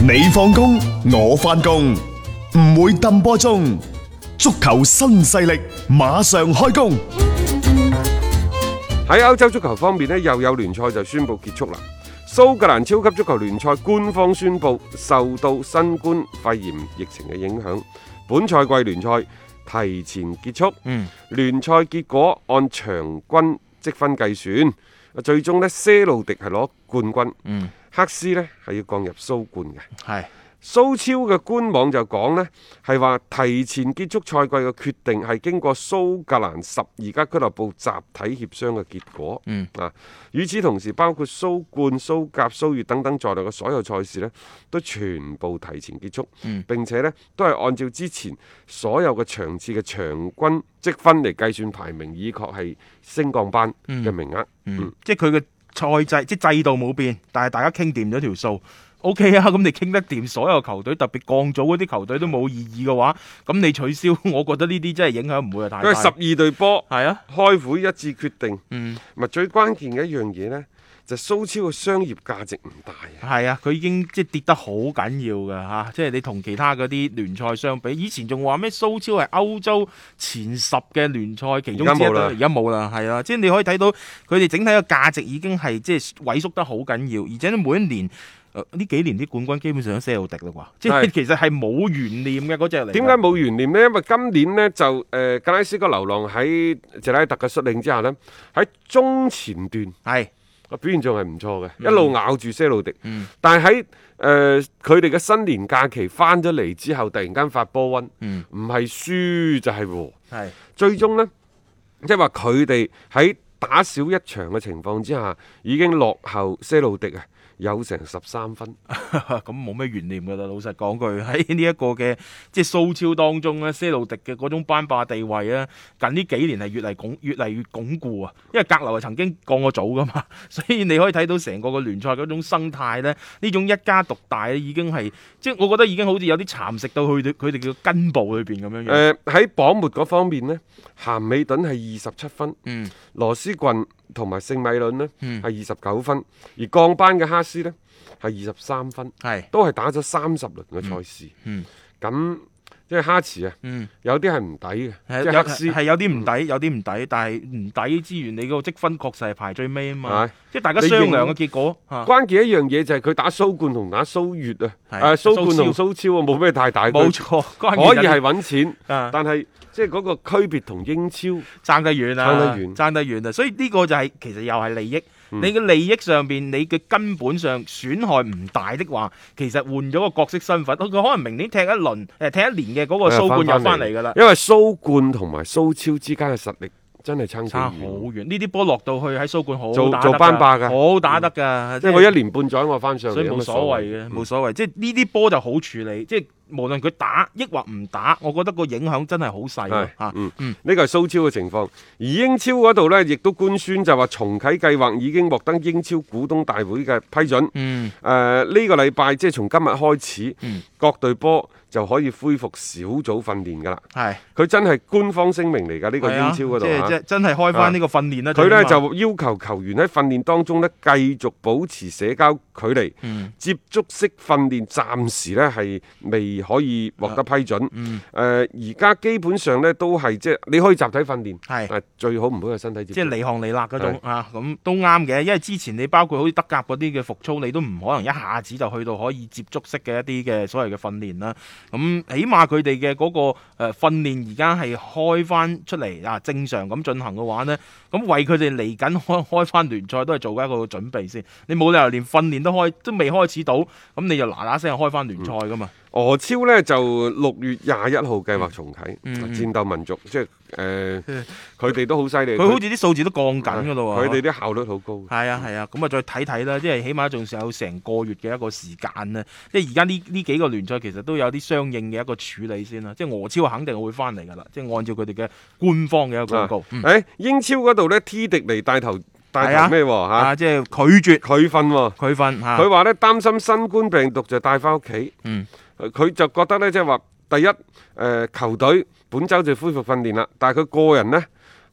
你放工，我翻工，唔會抌波鐘。足球新勢力馬上開工。喺歐洲足球方面呢，又有聯賽就宣布結束啦。蘇格蘭超級足球聯賽官方宣布，受到新冠肺炎疫情嘅影響，本賽季聯賽提前結束。嗯，聯賽結果按場均積分計算，最終呢，些路迪係攞冠軍，嗯，黑斯呢係要降入蘇冠嘅。係蘇超嘅官網就講呢係話提前結束賽季嘅決定係經過蘇格蘭十二家俱樂部集體協商嘅結果。嗯啊，與此同時，包括蘇冠、蘇甲、蘇乙等等在內嘅所有賽事呢，都全部提前結束。嗯並且呢，都係按照之前所有嘅場次嘅場均積分嚟計算排名，以確係升降班嘅名額。嗯，即係佢嘅賽制，即係制度冇變，但係大家傾掂咗條數。O、k 啊， 咁你傾得掂所有球隊，特別降組嗰啲球隊都冇異議嘅話，咁你取消， 我覺得呢啲真係影響唔會係太因為大。十二隊波係啊，開會一致決定。嗯，咪最關鍵嘅一樣嘢呢，就蘇超嘅商業價值唔大啊！係啊，佢已經即係跌得好緊要㗎嚇、即係你同其他嗰啲聯賽相比，以前仲話咩蘇超係歐洲前十嘅聯賽其中之一而家冇啦啦，而家冇啦，係啦，啊即係你可以睇到佢哋整體嘅價值已經係即係萎縮得好緊要，而且咧每一年。誒呢幾年啲冠軍基本上都些路迪啦啩，即係係其實係冇懸念嘅嗰只嚟㗎。點解冇懸念呢？因為今年呢，就誒、呃格拉斯哥流浪喺謝拉特嘅率領之下呢，喺中前段係個表現仲係唔錯嘅，一路咬住些路迪。嗯但係喺誒佢哋嘅新年假期翻咗嚟之後，突然間發波温，嗯唔係輸就係和，係最終呢，即係話佢哋喺打少一場嘅情況之下，已經落後些路迪啊，有成十三分。啊咁冇咩懸念㗎啦。老實講句 喺呢一個嘅即係蘇超當中咧，些路迪嘅嗰種班霸地位咧，近呢幾年係越嚟鞏越嚟越鞏固啊。因為格流係曾經降過組㗎嘛， 所以你可以睇到成個嘅聯賽嗰種生態咧，呢種一家獨大咧已經係即係我覺得已經好似有啲蠶食到佢哋佢哋嘅根部裏邊咁樣樣。誒喺榜末嗰方面呢，鹹美頓係二十七分，嗯羅斯郡同埋聖米倫呢嗯係二十九分，而降班嘅哈斯呢係二十三分，係都係打咗三十輪嘅賽事。嗯咁即係哈茨啊，嗯。有啲係唔抵嘅，係即有係黑斯係有啲唔抵，有啲唔抵，但係唔抵之餘，你嗰個積分確實係排最尾啊嘛係，即係大家你商認量嘅結果啊嚇。關鍵一樣嘢就係佢打蘇冠同打蘇乙啊，誒係蘇冠蘇超同蘇超啊冇咩太大區冇錯，關可以鍵係係揾錢，啊但係即係嗰個區別同英超。爭得遠啊，爭得遠嗯爭得遠啊！所以呢個就係、其實又係利益。你嘅利益上邊，你嘅根本上損害唔大的話，其實換咗個角色身份，佢可能明年踢一輪，誒、踢一年嘅嗰個哎蘇冠又翻嚟㗎啦，因為蘇冠同埋蘇超之間嘅實力真係差幾差好遠。遠。呢啲波落到去喺蘇冠好做打得㗎做班霸㗎嗯好打得㗎，即係我一年半載我翻上嚟，所以有冇乜所謂謂嘅，冇所謂。即係呢啲波就好處理，即係無論佢打抑或唔打，我覺得個影響真係好細係㗎嚇。嗯嗯呢個係蘇超嘅情況，而英超嗰度呢，亦都官宣就話重啟計劃已經獲得英超股東大會嘅批准。呃嗯誒呢、個禮拜即係從今日開始，嗯各隊波就可以恢復小組訓練㗎啦。係。佢真係官方聲明嚟㗎，呢個英超嗰度係啊啊即係即係真係開翻呢個訓練啦。佢呢最起碼就要求球員喺訓練當中呢，繼續保持社交距離，嗯接觸式訓練暫時呢係未可以獲得批准。誒、呃嗯而家基本上呢都係即係你可以集體訓練，但係係最好唔好有身體接觸。即係離行離辣嗰種啊，咁都啱嘅。因為之前你包括好似德甲嗰啲嘅復操，你都唔可能一下子就去到可以接觸式嘅一啲嘅所謂嘅訓練啦。咁、起碼佢哋嘅嗰個誒呃訓練而家係開翻出嚟啊，正常咁進行嘅話呢，咁為佢哋嚟緊開開翻聯賽都係做緊一個準備先。你冇理由連訓練都開都未開始到，咁你就嗱嗱聲開翻聯賽噶嘛？俄超呢就六月廿一號計劃重啟，啊嗯嗯戰鬥民族即係誒佢哋都好犀利，佢、好似啲數字都降緊噶咯喎。佢哋啲效率好高。係啊係啊，咁啊再睇睇啦，即係起碼仲有成個月嘅一個時間咧。即係而家呢呢幾個聯賽其實都有啲相應嘅一個處理先啦。即係俄超肯定會翻嚟㗎啦，即係按照佢哋嘅官方嘅一個啊廣告，嗯誒英超嗰度呢 t 迪尼帶頭帶係啊頭咩喎嚇？啊，即係拒絕佢瞓喎。佢啊瞓嚇。佢話咧擔心新冠病毒就帶翻屋企，嗯呃佢就覺得呢，即係話第一，誒、呃球隊本周就恢復訓練啦，但係佢個人呢，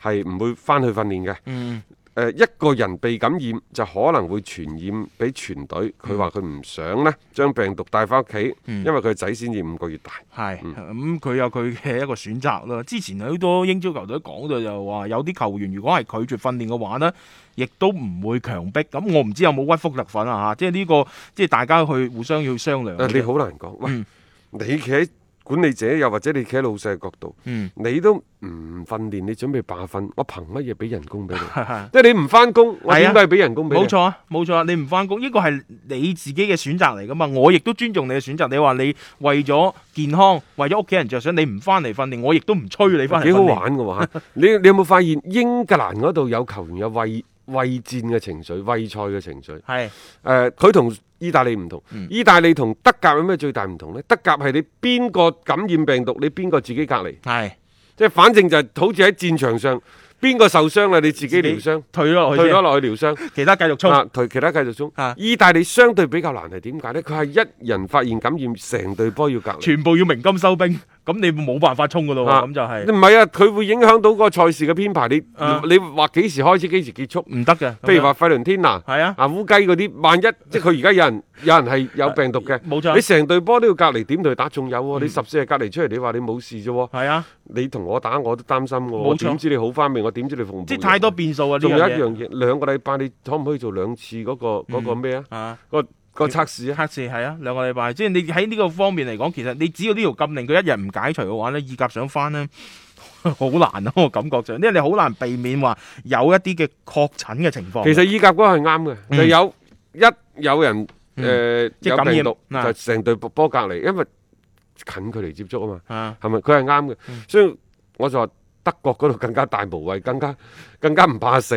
係唔會翻去訓練嘅。嗯誒一個人被感染就可能會傳染俾全隊，佢嗯話佢唔想呢將病毒帶翻屋企，因為佢仔先至五個月大。係嗯咁佢有佢嘅一個選擇啦。之前好多英超球隊講到就話，有啲球員如果係拒絕訓練嘅話呢，亦都唔會強迫。咁我唔知有冇屈福特粉啊嚇，即係呢、個即係大家去互相要商量誒、嘅。啊你好難講。喂，嗯你企喺管理者又或者你企喺老細嘅角度，嗯，你都唔訓練，你準備罷訓，我憑乜嘢俾人工 俾你？係係即係你唔翻工，我係點啊解俾人工俾你？冇錯啊，冇錯啊，你唔翻工，呢個係你自己嘅選擇嚟噶嘛。我亦都尊重你嘅選擇。你話你為咗健康，為咗屋企人着想，你唔翻嚟訓練，我亦都唔催你翻嚟。幾好！玩嘅喎嚇你你有冇發現英格蘭嗰度有球員有畏畏戰嘅情緒、畏賽嘅情緒？係誒，佢同、意大利唔同，嗯意大利同德甲有咩最大唔同呢？德甲係你邊個感染病毒，你邊個自己隔離，係即係反正就係好似喺戰場上，邊個受傷啦，你自己療傷，退咗落去退咗先，落去療傷。其他繼續衝。啊，同其他繼續中啊，意大利相對比較難係點解呢？佢係一人發現感染，成隊波要隔離。全部要鳴金收兵，咁你冇辦法衝噶咯啊喎，咁就係唔係啊，佢會影響到個賽事嘅編排。你啊你話幾時開始，幾時結束？唔得嘅。譬如話費倫天拿、係啊，啊烏雞嗰啲，萬一即係佢而家有人有人係有病毒嘅，冇錯你成隊波都要隔離點對打，仲有喎，你十四日隔離出嚟，你話你冇事啫喎，係啊，你同我打我都擔心嘅喎，冇錯我點知你好翻未？我點知你服唔？即係太多。變數啊！呢仲有一樣嘢樣嘢，兩個禮拜你可唔可以做兩次嗰個嗰個咩啊？啊，個個測試啊？測試係啊，兩個禮拜，即係你喺呢個方面嚟講，其實你只要呢條禁令佢一日唔解除嘅話呢意甲想翻呢，好難啊！我感覺上，因為你好難避免話有一啲嘅確診嘅情況。其實意甲嗰個係啱嘅，嗯就有一有人誒即係有感染病毒，啊就成隊波隔離，因為近距離接觸啊嘛。啊，係咪？佢係啱嘅嗯，所以我就話德國嗰度更加大無畏，更加更加唔怕死。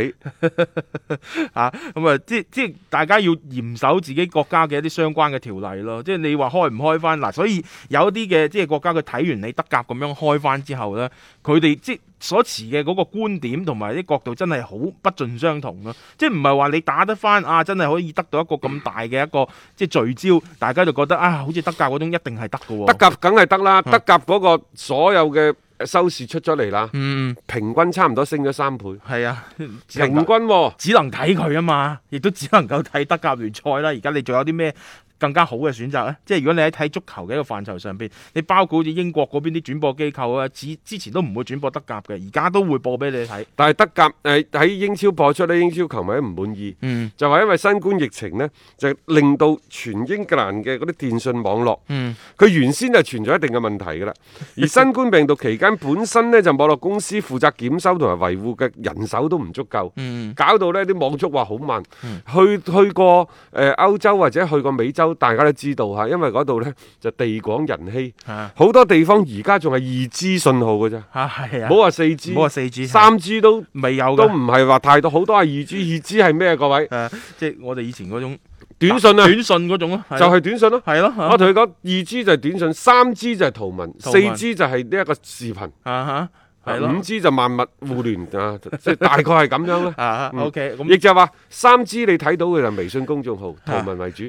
啊，咁啊，即即係大家要嚴守自己國家嘅一啲相關嘅條例咯。即係你話開唔開翻嗱，所以有一啲嘅即係國家佢睇完你德甲咁樣開翻之後咧，佢哋即係所持嘅嗰個觀點同埋啲角度真係好不盡相同咯。即係唔係話你打得翻啊，真係可以得到一個咁大嘅一個即係聚焦，大家就覺得啊，好似德甲嗰種一定係得嘅喎。德甲梗係得啦，嗯德甲嗰個所有嘅收視出咗嚟啦，嗯，平均差唔多升咗三倍，係啊，只能平均喎。只能睇佢啊嘛，亦都只能夠睇德甲聯賽啦。而家你仲有啲咩更加好嘅選擇呢？即係如果你喺睇足球嘅一個範疇上邊，你包括好似英國嗰邊啲轉播機構啊，之之前都唔會轉播德甲嘅，而家都會播俾你睇。但係德甲誒喺英超播出呢，英超球迷唔滿意，嗯就話因為新冠疫情呢，就令到全英格蘭嘅嗰啲電信網絡，嗯，佢原先就存在一定嘅問題㗎啦。而新冠病毒期間本身呢，就網絡公司負責檢修同埋維護嘅人手都唔足夠。嗯搞到呢啲網速話好慢。去去過誒、呃、歐洲或者去過美洲，大家都知道嚇，因為嗰度呢就地廣人稀，啊好多地方而家仲係二 G 信號嘅咋，啊係啊，唔好話四 G，唔好話四 G 三 G 都未有嘅都唔係話太多，好多係二 G，二 G 係咩？啊各位誒、啊即係我哋以前 嗰種短信啊，短信嗰種咯，就係短信咯。係咯，啊我同你講，二 G 就係短信，三 G 就係圖文，圖四文 G 就係呢一個視頻，啊嚇，係五咯 G 就萬物互聯 啊，即係大概係咁樣啦。啊嗯 OK 咁亦就係話三 G 你睇到嘅就係微信公眾 號圖文為主，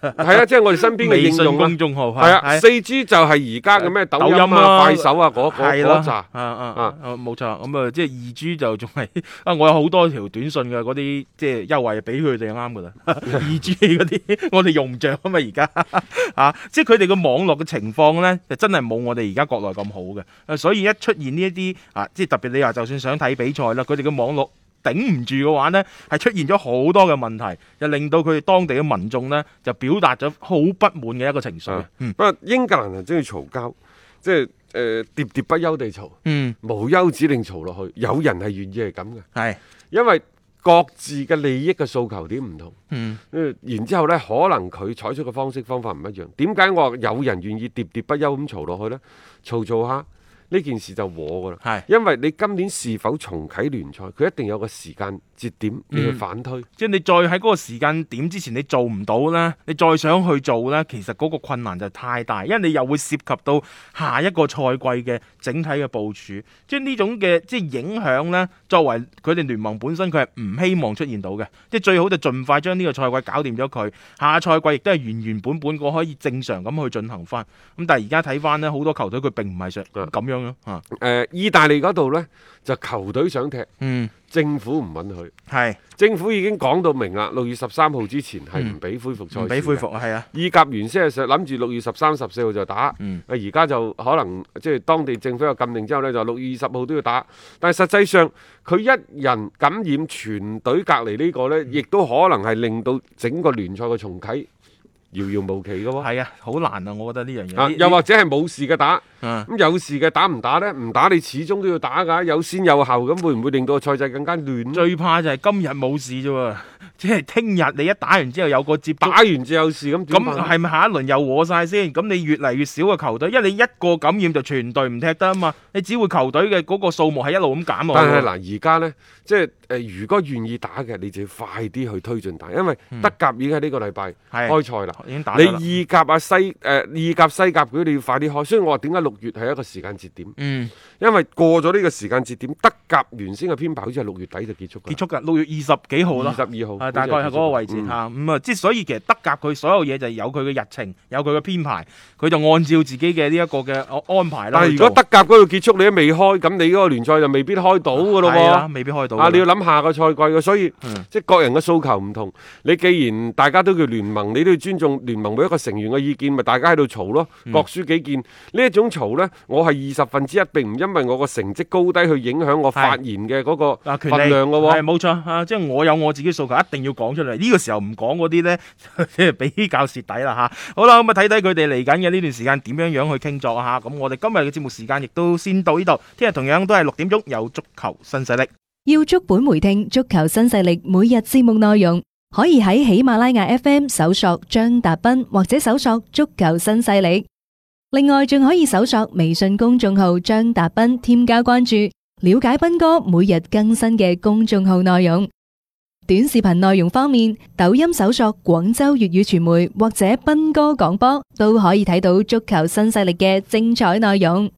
係啊，即係我哋身邊嘅微應信用啦公。眾號係啊，四 G 就係而家嘅咩抖音抖音啊啊、快手啊嗰嗰係嗰啦，扎。啊啊啊，冇錯，咁啊，即係二 G 就仲係 啊，我有好多條短信嘅嗰啲即係優惠俾佢哋啱噶 啦，二 G 嗰啲我哋用唔着啊嘛而家 啊，即係佢哋嘅網絡嘅情況咧，就真係冇我哋而家國內咁好嘅，啊所以一出現呢一啲啊，即係特別你話就算想睇比賽啦，佢哋嘅網絡。頂唔住嘅話呢，係出現咗好多嘅問題，就令到佢哋當地嘅民眾呢，就表達咗好不滿嘅一個情緒。啊嗯不過英格蘭人中意嘈交，即係誒喋喋不休地嘈，嗯，無休止令嘈落去。有人係願意係咁嘅，係，因為各自嘅利益嘅訴求點唔同。嗯呃然之後呢，可能佢採取嘅方式方法唔一樣。點解我話有人願意喋喋不休咁嘈落去呢？嘈嘈下呢件事就和噶啦。係。因為你今年是否重啟聯賽，佢一定有個時間節點，你去嗯反推。即係你再喺嗰個時間點之前你做唔到啦，你再想去做啦，其實嗰個困難就太大，因為你又會涉及到下一個賽季嘅整體嘅部署，即係呢種嘅即係影響呢，作為佢哋聯盟本身佢係唔希望出現到嘅，即係最好就盡快將呢個賽季搞掂咗佢，下賽季亦都係原原本本個可以正常咁去進行翻。咁但係而家睇翻呢，好多球隊佢並唔係想啊咁樣咯，啊，誒、意大利嗰度呢，就球隊想踢，嗯，政府唔允許，係政府已經講到明啦，六月十三號之前係唔俾恢復賽事嘅唔俾恢復啊，係啊，意甲原先係諗住六月十三、十四號就打，嗯啊而家就可能即係當地政府有禁令之後呢，就六月二十號都要打。但係實際上佢一人感染全隊隔離呢個呢，嗯亦都可能係令到整個聯賽嘅重啟遙遙無期嘅喎。係啊，好難啊，我覺得呢樣嘢啊，呢。又呢或者係冇事嘅打，嗯咁有事嘅打唔打呢？唔打你始終都要打㗎，有先有後，咁會唔會令到個賽制更加亂呢？最怕就係今日冇事啫喎， 即係聽日你一打完之後有個接觸打完就有事咁點辦呢啊咁係咪下一輪又和晒先？咁你越嚟越少嘅球隊，因為你一個感染就全隊唔踢得啊嘛，你只會球隊嘅嗰個數目係一路咁減落啊去但係喎。嗱，而家呢，即係誒、呃如果願意打嘅，你就要快啲去推進打，因為德甲已經喺呢個禮拜嗯係開賽啦。已經打咗啦你意甲啊西誒、呃意甲西甲嗰啲你要快啲開，所以我話點解六月係一個時間節點，嗯因為過咗呢個時間節點，德甲原先嘅編排好似係六月底就結束㗎啦，結束㗎，六月二十幾號二啦十。二號，啊，大概係嗰個位置嗯嚇，咁啊，即係所以其實德甲佢所有嘢就係有佢嘅日程，有佢嘅編排，佢就按照自己嘅呢一個嘅安排啦。但係如果德甲嗰度結束你都未開，咁你嗰個聯賽就未必開到㗎咯係啦喎。未必開到㗎。啊！你要諗下個賽季嘅，所以、嗯即係各人嘅訴求唔同。你既然大家都叫聯盟，你都要尊重聯盟每一個成員嘅意見，咪大家喺度嘈咯，嗯各抒己見。呢一種嘈呢，我係二十分之一，並唔因為我個成績高低去影響我發言嘅嗰啊，個權份利量嘅係喎。冇錯啊！即係我有我自己訴求，一定要講出嚟。呢、個 時候唔講嗰啲咧，即係比較蝕底啦吓，好啦，咁啊睇睇佢哋嚟緊嘅呢段時間點樣樣去傾作啊吓。咁我哋今日嘅節目時間亦都先到呢度，聽日同樣都係六點鐘有足球新勢力。要足本回聽足球新勢力每日節目內容，可以喺喜馬拉雅 FM 搜索張達斌或者搜索足球新勢力。另外，仲可以搜索微信公眾號張達斌，添加關注，了解斌哥每日更新嘅公眾號內容。短視頻內容方面，抖音搜索廣州粵語傳媒或者斌哥廣播，都可以睇到足球新勢力嘅精彩內容。